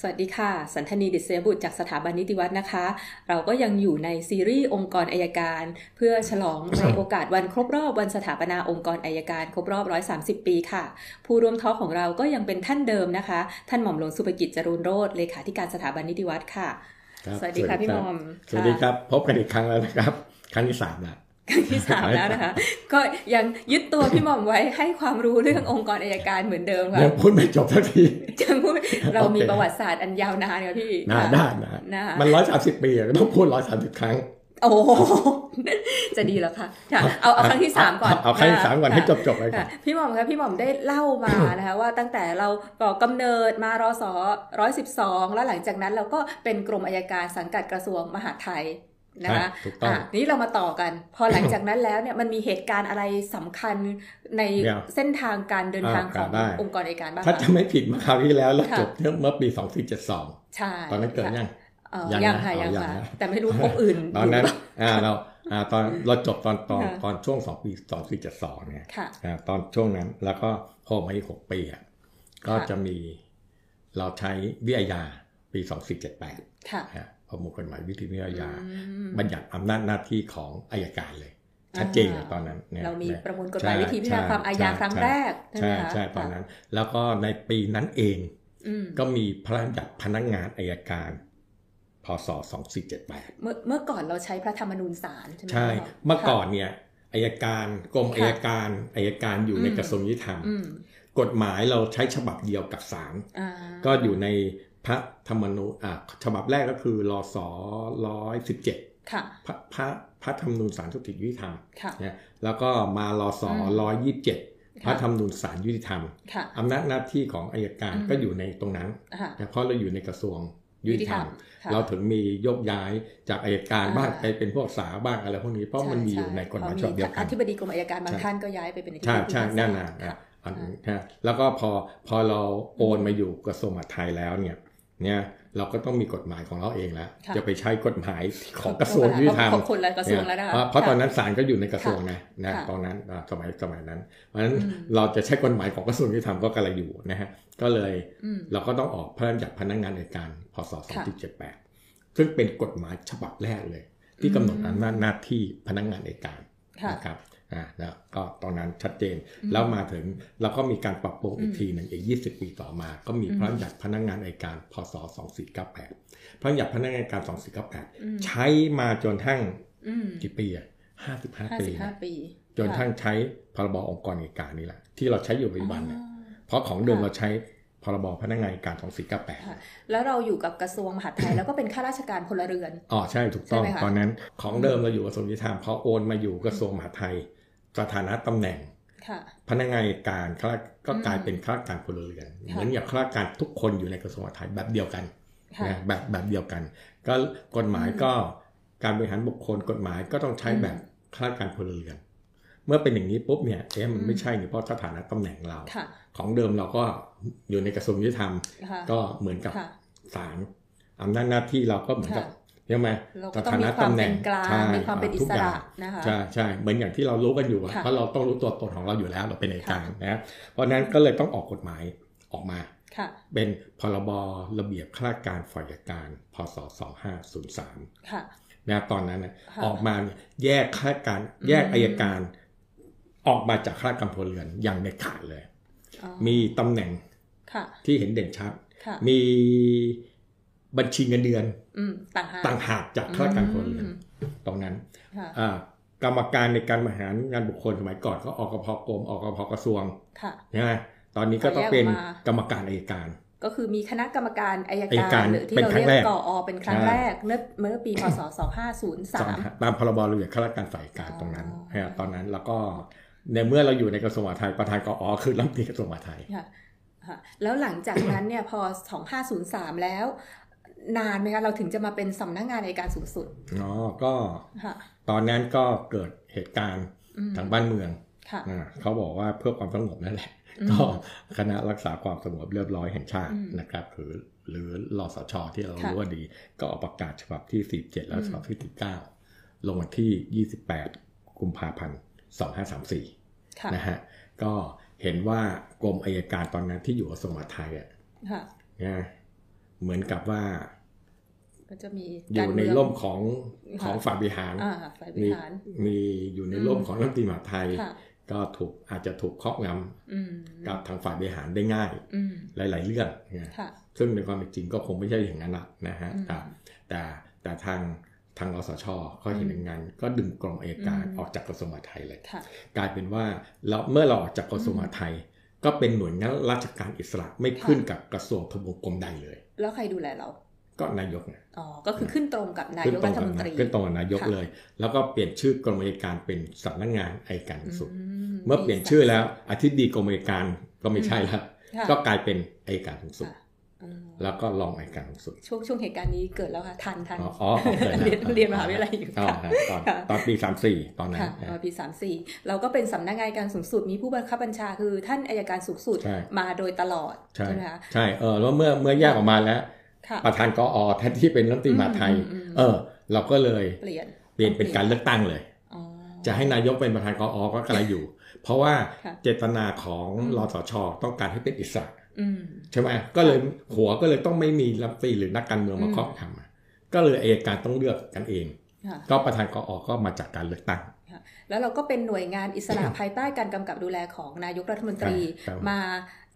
สวัสดีค่ะ สันธนีดิษยบุตรจากสถาบันนิติวัฒน์นะคะ เราก็ยังอยู่ในซีรีส์องค์กรอายการ เพื่อฉล องในโอกาสวันครบรอบวันสถาปนาองค์กรอายการ ครบรอบ 130 ปีค่ะ ผู้ร่วมทอล์กของเราก็ยังเป็นท่านเดิมนะคะ ท่านหม่อมหลวงสุภกิจจรูนโรธเลขาธิการสถาบันนิติวัฒน์ค่ะ รับ สวัสดีค่ะพี่หม่อม สวัสดีครับ พบกันอีกครั้งแล้วนะครับ ครั้งที่สามละ ครั้งที่สามแล้ว นะคะ ก็ยังยึดตัวพี่หม่อมไว้ให้ความรู้เรื่ององค์กรอายการเหมือนเดิมค่ะ ยังพูดไม่จบสักที จังพูดเรามี โอเค ประวัติศาสตร์อันยาวนานค่ะพี่ นะ ค่ะ ได้นะ นะ มันร้อยสามสิบปีอะก็ต้องพูดร้อยสามสิบครั้ง โอ้โห จะดีแล้วค่ะค่ะเอาเอาครั้งที่สามก่อน เอาครั้งที่สามก่อนให้ ค่ะ จบจบๆเลยค ค่ะ รับ พี่หม่อมคะพี่หม่อมได้เล่ามา นะคะว่าตั้งแต่เราก่อกำเนิดมารอสอร้อยสิบสองแล้วหลังจากนั้นเราก็เป็นกรมอายการสังกัดกระทรวงมหาดไทยนะคะ ใช่ถูกต้อง ะนี้เรามาต่อกัน พอหลังจากนั้นแล้วเนี่ยมันมีเหตุการณ์อะไรสำคัญใน เดี๋ยว เส้นทางการเดินทางข อ่า อง ได้ องค์กรอายการบ้าง ถ้า คะ จะไม่ผิดมาคราวที่แล้วเรา ค่ะ จบเรื่องเมื่อปีสองสี่เจ็ดสอง ใช่ ตอนนั้นเกิด ค่ะ ยัง เอ่อ ยัง ยัง นะ ค่ะ เอายั ยัง ง ค่ะ นะ แต่ไม่รู้พวกอื่น ตอนนั้น ยู่หรืเปล่า อ่าเราอ่าตอนเราจบตอนตอน ค่ะ ตอนช่วงสองปีสองสี่เจ็ดสองเนี่ย ค่ะ อ่าตอนช่วงนั้นแล้วก็พอมาอีกหกปีอ่ะก็จะมีเราใช้วิทยาปีสองสี่เจ็ดแปด ค่ะ ฮะประมวลกฎหมายวิธีวิทยา อืม บัญญัติอำนาจหน้าที่ของอายการเลย ชัดเจนเลย อ่า ตอนนั้นนี่ย เรามี นะ ประมวลกฎหมาย ใช่ วิธีพิจารณาความอาญา ใช่ ครั้งแรกใช่ไหม ใช่ คะ ใช่ตอนนั้น แล้วก็ในปีนั้นเอง อืม ก็มีพระราชบัญญัติพนักงานอายการพศสองสี่เจ็ดแปด เมื่อเมื่อก่อนเราใช้พระธรรมนูญศาลใช่ไหม ใช่ คะ เมื่อก่อน ค่ะ เนี่ยอายการกรม ค่ะ อายการอายการอยู่ใน อืม กระทรวงยุติธรรม อืม กฎหมายเราใช้ฉบับเดียวกับศาล อ่า ก็อยู่ในพระธรรมนูญอ่าฉบับแรกก็คือรอสอร้อยสิบเจ็ด ค่ะ พระพระพระธรรมนูญสารสุติยุติธรรม ค่ะ นะแล้วก็มารอสอ อืม ร้อยยี่สิบเจ็ดพระธรรมนูญสารยุติธรรม ค่ะ อำนาจหน้าที่ของอายการ อืม ก็อยู่ในตรงนั้น ค่ะ นะเพราะเราอยู่ในกระทรวงยุติธรรม ค่ะ เราถึงมียกย้ายจากอายการ อ่า บ้างไปเป็นพวกสาบ้างอะไรพวกนี้เพราะมันมีอยู่ในกฎหมายฉบับเดียวกั อน ธิบดีกรมอายการบาง ใช่ ท่านก็ย้ายไปเป็นอธิบ ใช่ ดี ใช่ ผู้พิพากษา แน่นอนอ่ะ ค่ะ อัน อ่า นะแล้วก็พอพอเราโอนมาอยู่กระทรวงมหาดไทยแล้วเนี่ยเนี่ยเราก็ต้องมีกฎหมายของเราเองแล้ว ค่ะ จะไปใช้กฎหมายของกระทรวงยุติธรรม ของคนละกระทรวงแล้วนะคะ เอ่อเพราะตอนนั้นศาลก็อยู่ในกระทรวงนะนะ ค่ะ ตอนนั้นอ่าสมัยสมัยนั้น เพราะฉะนั้น อืม เราจะใช้กฎหมายของกระทรวงยุติธรรมก็กำลังอยู่นะฮะก็เลย อืม เราก็ต้องออกพระราชบัญญัติพนักงานในการพศ ค่ะ 2578ซึ่งเป็นกฎหมายฉบับแรกเลย ที่กำหนดอำนาจหน้าที่พนักงานในการ ค่ะ นะครับอ่าแล้วก็ตอนนั้นชัดเจน อืม แล้วมาถึงเราก็มีการปรับปรุงอี อื ก ม ทีหนึ่งอีก 20 ปีต่อมา ก็มี อืม พระราชบัญญัติพนักงานอัยการ พศ 2498 พระราชบัญญัติพนักงานอัยการ อืม 2498 ใช้มาจนทั้ง อืม กี่ปีอะ55 ห้า ปี สิบห้า นะ ปี จนทั้ง ค่ะ ใช้พรบองค์กรอัยการนี่แหละ ที่เราใช้อยู่ปัจจุบันเนี่ย อ๋อ เพราะของเดิม ค่ะ เราใช้พรบพนักงานอัยการ ค่ะ 2498 แล้วเราอยู่กับกระทรวงมหาดไทย แล้วก็เป็นข้าราชการพลเรือน อ๋อใช่ถูกต้อง ใช่ไหมคะ ตอนนั้นของเดิมเราอยู่กระทรวงยุติธรรมพอโอนมาอยู่กระทรวงมหาดไทยสถานะตำแหน่ง ค่ะ พนักงานอัยการข้าราชก็ อืม กลายเป็นข้าราชการพลเรือน ค่ะ เหมือนอย่างข้าราชการทุกคนอยู่ในกระทรวงมหาดไทยแบบเดียวกัน ค่ะ นะแบบแบบเดียวกัน ก็กฎหมาย อืม ก็การบริหารบุคคลกฎหมายก็ต้องใช้ อืม แบบข้าราชการพลเรือน เมื่อเป็นอย่างนี้ปุ๊บเนี่ยเอ๊ะมั อื น ม ไม่ใช่เนี่ยเพราะสถานะตำแหน่งเรา ค่ะ ของเดิมเราก็อยู่ในกระทรวงยุติธรรม ค่ะ ก็เหมือนกับ ค่ะ ศาลอำนาจหน้าที่เราก็เหมือนกับ ค่ะ ใช่ไหม เรา ส ก็ต้อ ถาง นะ มีควา ตำ ม แห เป็ น่ง นกลาง ใช่ มีความเป็นอิ ทุก ส อย่า ระ ง นะคะ ใช่ใช่เหมือนอย่างที่เรารู้กันอยู่อะ ค่ะ เพราะเราต้องรู้ตัวตนของเราอยู่แล้ว เราเป็นอัยการนะเพราะฉะนั้น อืม ก็เลยต้องออกกฎหมายออกมา ค่ะ เป็นพรบระเบียบข้าราชการฝ่ายอัยการ พศ 2503 ค่ะ นะตอนนั้นนะ ค่ะ ออกมาเนี่ยแยกข้าราชการ อืม แยกอายการ ออกมาจากข้าราชการพลเรือนอย่างเด็ดขาดเลย อ๋อ มีตำแหน่ง ค่ะ ที่เห็นเด่นชัด ค่ะ มีบัญชีเงินเดือน อืมต่างหาก ต่างหากจากข้าราชการพลเรือน ม ตรงนั้น ค่ะ อ่ากรรมการในการบริหารงานบุคคลสมัยก่อนก็อกพกรมอกพกระทรวง ค่ะ ใช่ไหมตอนนี้ก็ต้องเป็น ขอแยกออกมา กรรมการอัยการ ก็คือมีคณะกรรมการอาย อัย กา การ ร หรือที่ เป็น เรา ครั้ เรีย งแร ก ก กอเป็นครั้ง ใช่ แรกเมื่อเมื่อปีพศ 2503 ตามพรบระเบียบข้าราชการฝ่ายการตรงนั้น อ๋อ ใช่ตอนนั้นแล้วก็ในเมื่อเราอยู่ในกระทรวงมหาดไทยประธานกอคือรัฐมนตรีกระทรวงมหาดไทย ค่ะค่ะแล้วหลังจากนั้นเนี่ยพอ 2503 แล้ว นานไหมคะ เราถึงจะมาเป็นสำนักงานในการสูงสุด อ๋อก็ ค่ะ ตอนนั้นก็เกิดเหตุการณ์ อืม ทางบ้านเมือง ค่ะ อ่าเขาบอกว่าเพื่อความสงบนั่นแหละ อืม ก็ คณะรักษาความสงบเรียบร้อยแห่งชาติ อืม นะครับหรือหรือรอสชที่เรา ค่ะ รู้ว่าดี ก็ออกประกาศฉบับที่ 17 แล้ว อืม ฉบับที่ 19 ลงวันที่ 28 กุมภาพันธ์ 2534 ค่ะ นะฮะก็เห็นว่ากรมอายการตอนนั้นที่อยู่กระทรวงมหาดไทยอ่ะ ค่ะ นะ เหมือนกับว่า ก็จะมี อยู่ การ ใน เมืง ร่มของ ค่ะ ของฝ่ายบริหาร อ่าฝ่ายบ มี ริหาร มีอยู่ใน อืม ร่มของรัฐมนตรีมหาดไทย ค่ะ ก็ถูกอาจจะถูกครอบง อืม ำกับทางฝ่ายบริหารได้ง่าย อืม หลาย ๆ เรื่องนะ ค่ะ ซึ่งในความเป็นจริงก็คงไม่ใช่อย่างนั้นละนะฮะ อืม แต่แต่แต่ทางทางอสชก็เห็นอย่างนั้นก็ดึงกรมเอกการ อืม ออกจากกระทรวงมหาดไทยเลย ค่ะ กลายเป็นว่าเราเมื่อเราออกจากกระทรวงมหาดไทย ก็เป็นหน่วยงานราชการอิสระไม่ขึ้นกับกระทรวงทบวงกรมใดเลย แล้วใครดูแลเรา ก็นายกนะ อ๋อ ก็คือขึ้นตรงกับนา ขึ้ ย น ก ตร รั ง ฐ กับ มนตรี ขึ้นตรงกับนายก ค่ะ เลย แล้วก็เปลี่ยนชื่อกรมอัยการเป็นสำนักงานอัยการสูงสุด อื เมื่อเปลี่ยนชื่อแล้วอธิบดีกรมอัยการก็ไม่ใช่แล้ว ค่ะ ก็กลายเป็นอัยการสูงสุด ค่ะอืม แล้วก็รองอัยการสูงสุด ช่วงช่วงเหตุการณ์นี้เกิดแล้วค่ะ ทันทัน อ๋ออ๋อเกิดแล้ว เรียนเรียนมหาวิทยาลัยอยู่ อ๋อ ค่ะ ฮะตอน ค่ะ ตอนปีสามสี่ตอนนั้น ค่ะ นะ เอ่อปีสามสี่เราก็เป็นสำนักงานอัยการสูงสุดมีผู้บังคับบัญชาคือท่านอายการสูงสุด ใช่ มาโดยตลอด ใช่ ไหมคะ ใช่เออแล้วเมื่อเมื่อแยกออกมาแล้ว ค่ะ ประธานกอแทนที่เป็นรัฐมนตรีมหาดไทย อืมอืม เออ เราก็เลย เปลี่ยน เปลี่ยนเป็นการเลือกตั้งเลย อ๋อ จะให้นายกเป็นประธานกอก็กระไรอยู่ เพราะว่า ค่ะ เจตนาของ อืม รสชต้องการให้เป็นอิสระ อืม ใช่ไหมก็เลยหัวก็เลยต้องไม่มีรัฐมนตรีหรือนักการเมืองมา อืม ครอบทำอะก็เลยเอยการต้องเลือกกันเอง ค่ะ ก็ประธานกอก็มาจากการเลือกตั้ง แล้วเราก็เป็นหน่วยงานอิสระ ภายใต้การกำกับดูแลของนายกรัฐมนตรี ครับ มา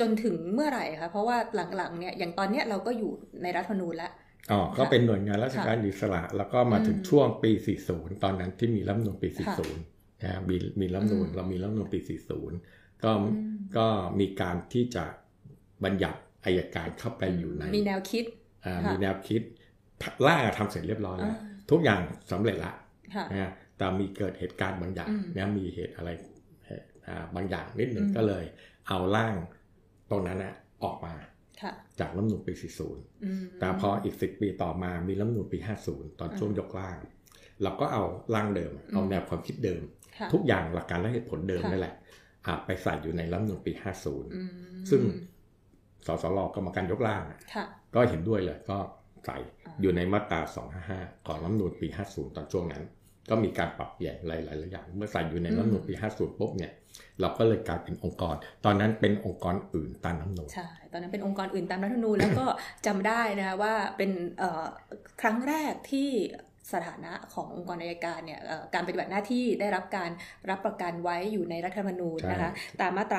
จนถึงเมื่อไหร่คะเพราะว่าหลังๆเนี่ยอย่างตอนเนี้ยเราก็อยู่ในรัฐธรรมนูญแล้ว อ๋อก็ ค่ะ เป็นหน่วยงานราชการอิสระ แล้วก็มาถึง อืม ช่วงปี 40 ตอนนั้นที่มีรัฐธรรมนูลปี ค่ะ 40นะฮะมีมีรัฐธรรมนูล อืม เรามีรัฐธรรมนูลปี 40 ก็ อืม ก็มีการที่จะบัญญัติอายการเข้าไปอยู่ใน มีแนวคิด อ่า ค่ะ มีแนวคิดล่างอะทำเสร็จเรียบร้อย อ่า แล้วทุกอย่างสำเร็จละ ค่ะ นะฮะแต่มีเกิดเหตุการณ์บางอย่าง อืม นะมีเหตุอะไรเอ่ออ่าบางอย่างนิดหนึ่ง อืม ก็เลย เอาร่างตรงนั้นนะออกมา ค่ะ จากรัฐธรรมนูลปี อืม 40 แต่พออีก 10 ปีต่อมามีรัฐธรรมนูลปี 50 ตอนช่วงยกร่าง เราก็เอาร่างเดิม อืม เอาแนวความคิดเดิม ค่ะ ทุกอย่างหลักการและเหตุผลเดิม ค่ะ นั่นแหละอ่ะไปใส่อยู่ในรัฐธรรมนูลปี อืม 50 ซึ่งสสรกรรมการยกร่างอะ ค่ะ ก็เห็นด้วยเลยก็ใส่ อ่า อยู่ในมาตรา 255 ของรัฐธรรมนูลปี 50 ตอนช่วงนั้น ก็มีการปรับเปลี่ยนหลายๆหลายอย่าง เมื่อใส่อยู่ในรัฐธรรมนูลปี 50 ปุ๊บเนี่ย เราก็เลยกลายเป็นองค์กร ตอนนั้นเป็นองค์กรอื่นตามรัฐธรรมนูญ ใช่ ตอนนั้นเป็นองค์กรอื่นตามรัฐธรรมนูญ แล้วก็จำได้นะคะว่าเป็นเอ่อครั้งแรกที่สถานะขององค์กรอัยการเนี่ยเอ่อการปฏิบัติหน้าที่ได้รับการรับประกันไว้อยู่ในรัฐธรรมนูญนะคะ ตามมาตร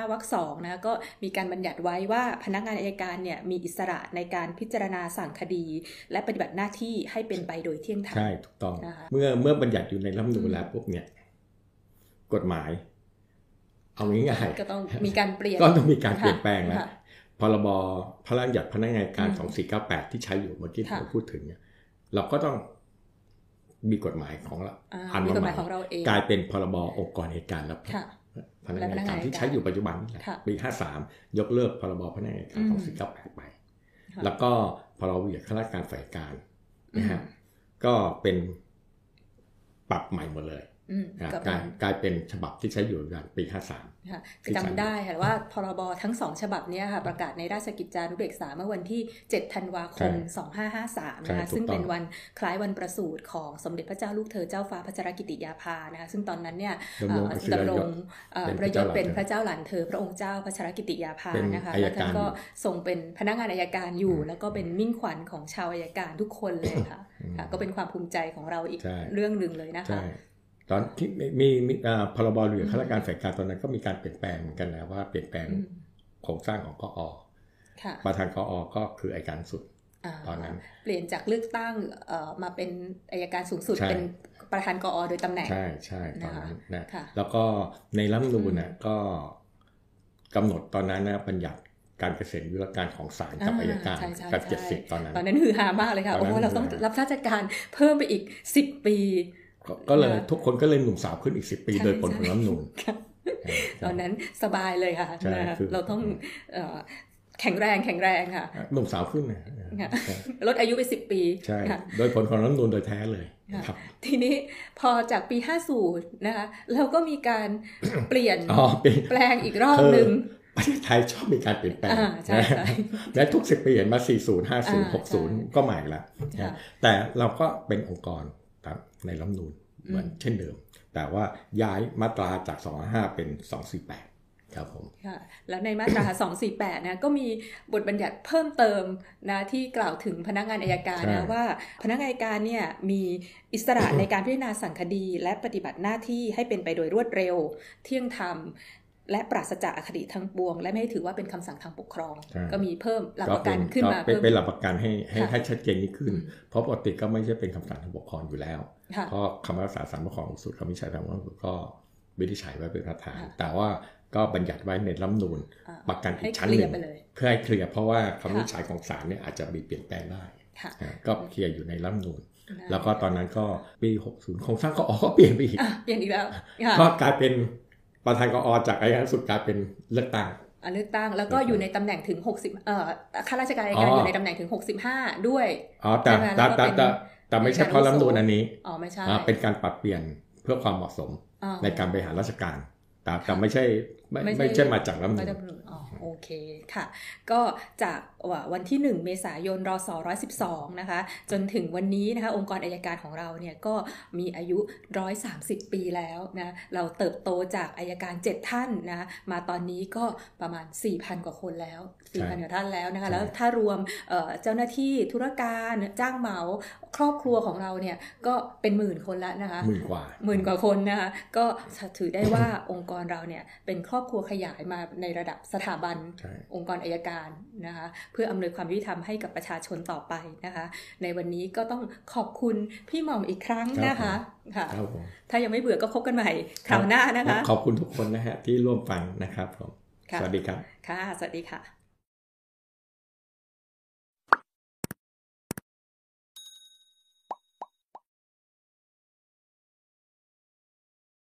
า 255 วรรคสองนะคะก็มีการบัญญัติไว้ว่าพนักงานอัยการเนี่ยมีอิสระในการพิจารณาสั่งคดี และปฏิบัติหน้าที่ให้เป็นไปโดยเที่ยงธรรม ใช่ถูกต้อง นะคะ เมื่อเมื่อบัญญัติอยู่ในรัฐธรรมนูญ อืม แล้วปุ๊บเนี่ย กฎหมาย เอาง่ายๆ ก็ต้องมีการเปลี่ยน ก็ต้องมีการเปลี่ยนแปลงแล้ว ค่ะ พรบพระราชบัญญัติพนักงานการ อืม 2498 ที่ใช้อยู่เมื่อกี้ที่ ค่ะ เราพูดถึงเนี่ยเราก็ต้องมีกฎหมายของเรา อ่า อ่าน มี มากฎใหม่หมายของเราเอง กลายเป็นพรบองค์กรเหตุการณ์และ ค่ะ พนักงาน และพนักงาน การที่ใช้อยู่ปัจจุบันนี่แหละ ค่ะ ปี 53 ยกเลิกพรบพนักงานการ อื ข ม อง498 ไป ค่ะ แล้วก็พรบเหยียดข้าราชการฝ่ายการนะฮะ อืม ก็เป็นปรับใหม่หมดเลย อืม นะ กับ กลา มั ย น กลายเป็นฉบับที่ใช้อยู่ปัจจุบันปี ค่ะ ที่สาม จำได้ค่ะว่าพรบทั้งสองฉบับเนี้ค่ะประกาศในราชกิจจานุเบกษาเมื่อวันที่ 7 ธันวาคม ใช่ 2553 ใช่ นะคะ ถูกต้อง ซึ่งเป็นวันคล้ายวันประสูติของสมเด็จพระเจ้าลูกเธอเจ้าฟ้าพัชรกิติยาภานะคะซึ่งตอนนั้นเนี่ย 53ดำรงอิส เอ่อ ระ ดำร ย ง ศ เอ่อประยศเป็นเป็นพ พ ระ ระ เจ้า เจ้า หลานเธอพระองค์เจ้าพัชรกิติยาภา เป็น นะคะ อัย แล้วท่าน การ ก็ทรงเป็นพนักงานอายการอยู่ แล้วก็เป็นมิ่งขวัญของชาวอายการทุกคนเลยค่ะ อืม ค่ะ ก็เป็นความภูมิใจของเราอีก ใช่ เรื่องหนึ่งเลยนะคะ ใช่ตอนที่มีมีมีอ่าพรบเหยียดข้าราชการฝ่ายการตอนนั้นก็มีการเปลี่ยนแปลงเหมือนกันนะว่าเปลี่ยนแปลง อืม โครงสร้างของกอ ค่ะ ประธานกอก็คืออัยการสุด า ตอนนั้น เปลี่ยนจากเลือกตั้งเอ่อมาเป็นอายการสูงสุด ใช่ เป็นประธานกอโดยตำแหน่ง ใช่ใช่ตอน นะคะ นั้นนะ ค่ะ แล้วก็ในรัฐธรรมนูญนะก็กำหนดตอนนั้นนะบัญญัติการเกษตรยุรการของศาลกับ อ่า อัยการ ใช่ใช่ กับ ใช่ เจ็ดสิบตอนนั้น ตอนนั้นฮือฮามากเลยค่ะ ตอน โอ้ นั้น โหเราต้อง ฮือฮา รับราชการเพิ่มไปอีก 10 ปี ก็ก็เลย นะ ทุกคนก็เลยหนุ่มสาวขึ้นอีกสิปี ใช่ โดยผล ใช่ ของรัฐธรรมนูญ ตอนนั้นสบายเลยค่ะ ใช่ นะคะ คือ เราต้อง อืม เอ่อแข็งแรงแข็งแรงค่ะ หนุ่มสาวขึ้นนะ ค่ะ ลดอายุไป 10 ปี ใช่ ค่ะ โดยผลของรัฐธรรมนูญโดยแท้เลยนะครับ ทีนี้พอจากปี 50 นะคะเราก็มีการ เปลี่ยน อ๋อเป็น แปลงอีกรอบ เออ หนึ่ง ประเทศไทยชอบมีการเปลี่ยนแปลง อ่าใช่ นะ ใช่ และทุกสิบปีเห็นมา อ่ 40 50 าใช่ 60 ก็ใหม่ละ ค่ะ นะ แต่เราก็เป็นองค์กรตามในรัฐธรรมนูญเหมือน อืม เช่นเดิม แต่ว่าย้ายมาตราจาก 255 เป็น 248 ครับผม ค่ะแล้วในมาตรา 248นะก็มีบทบัญญัติเพิ่มเติมนะที่กล่าวถึงพนักงานอายการนะว่า พนักงานอายการเนี่ยมีอิสระ ในการพิจารณาสั่งคดี และปฏิบัติหน้าที่ให้เป็นไปโดยรวดเร็ว เที่ยงธรรม และปราศจากอคติทั้งปวง และไม่ให้ถือว่าเป็นคำสั่งทางปกครอง ใช่ ก็มีเพิ่มหลักประ เป็ กัน น ขึ้นมา เป็น เพิ่ม เป็นหลักประกันให้ให้ ค่ะ ให้ชัดเจนยิ่งขึ้น อืม เพราะปกติก็ไม่ใช่เป็นคำสั่งทางปกครองอยู่แล้ว ค่ะ เพราะคำพิพากษาศาลปกครองสูงสุดคำวินิจฉัยทางว่าก็วินิจฉัยไว้เป็นประธาน ค่ะ แต่ว่าก็บัญญัติไว้ในรัฐธรรมนูญ อ่า ประกันอี ให้ ก เค ชั้นห ลีย นึ่ ร์ ง ไปเลย เพื่อให้เคลียร์เพราะว่าคำวินิจฉัยของศาลเนี่ยอาจจะมีเปลี่ยนแปลงได้ ค่ะ อ่าก็เคลียร์อยู่ในรัฐธรรมนูญ นะ แล้วก็ตอนนั้นก็ปี60โครงสร้างกอก็เปลี่ยนไปอีก อ่ะเปลี่ยนอีกแล้วค่ะ ก็กลายเป็นประธานกอจากอายการสุดกลายเป็นเลือกตั้ง อ่ะเลือกตั้งแล้วก็ ครับ อยู่ในตำแหน่งถึง 60เอ่อข้าราชการอายการอยู่ในตำแหน่งถึง 65 ด้วย อ๋อแต่ ใช่ไหม แต่แต่ แล้วก็เป็น แต่แต่ไม่ใช่เพราะรัฐธรรมนูญอันนี้ อ๋อไม่ใช่ อ่าเป็นการปรับเปลี่ยนเพื่อความเหมาะสม อ๋อ ในการบริหารราชการ แต่แต่ ค่ะ ไม่ใช่ไม่ ไม่ใช่ ไม่ใช่มาจากรัฐธรรม ไม่ นู ได้ ญ บำรุงอ๋อโอเคค่ะ ก็จากวันที่ 1 เมษายนรศ112 นะคะ จนถึงวันนี้นะคะ องค์กรอายการของเราเนี่ยก็มีอายุ 130 ปีแล้วนะ เราเติบโตจากอายการ 7 ท่านนะ มาตอนนี้ก็ประมาณ 4,000 กว่าคนแล้ว 4,000 กว่าท่านแล้วนะคะ ใช่ แล้วถ้ารวมเอ่อเจ้าหน้าที่ธุรการจ้างเหมาครอบครัวของเราเนี่ยก็เป็นหมื่นคนแล้วนะคะ หมื่นกว่า หมื่นกว่าคนนะคะก็ถือได้ว่า องค์กรเราเนี่ยเป็นครอบครัวขยายมาในระดับสถาบัน ใช่ องค์กรอายการนะคะเพื่ออำนวยความยุติธรรมให้กับประชาชนต่อไปนะคะ ในวันนี้ก็ต้องขอบคุณพี่หม่อมอีกครั้งนะคะค่ะ ครับผม ถ้ายังไม่เบื่อก็พบกันใหม่คราวหน้านะคะ ขอบคุณทุกคนนะฮะที่ร่วมฟังนะครับผม ค่ะ สวัสดีครับ ค่ะ สวัสดีค่ะ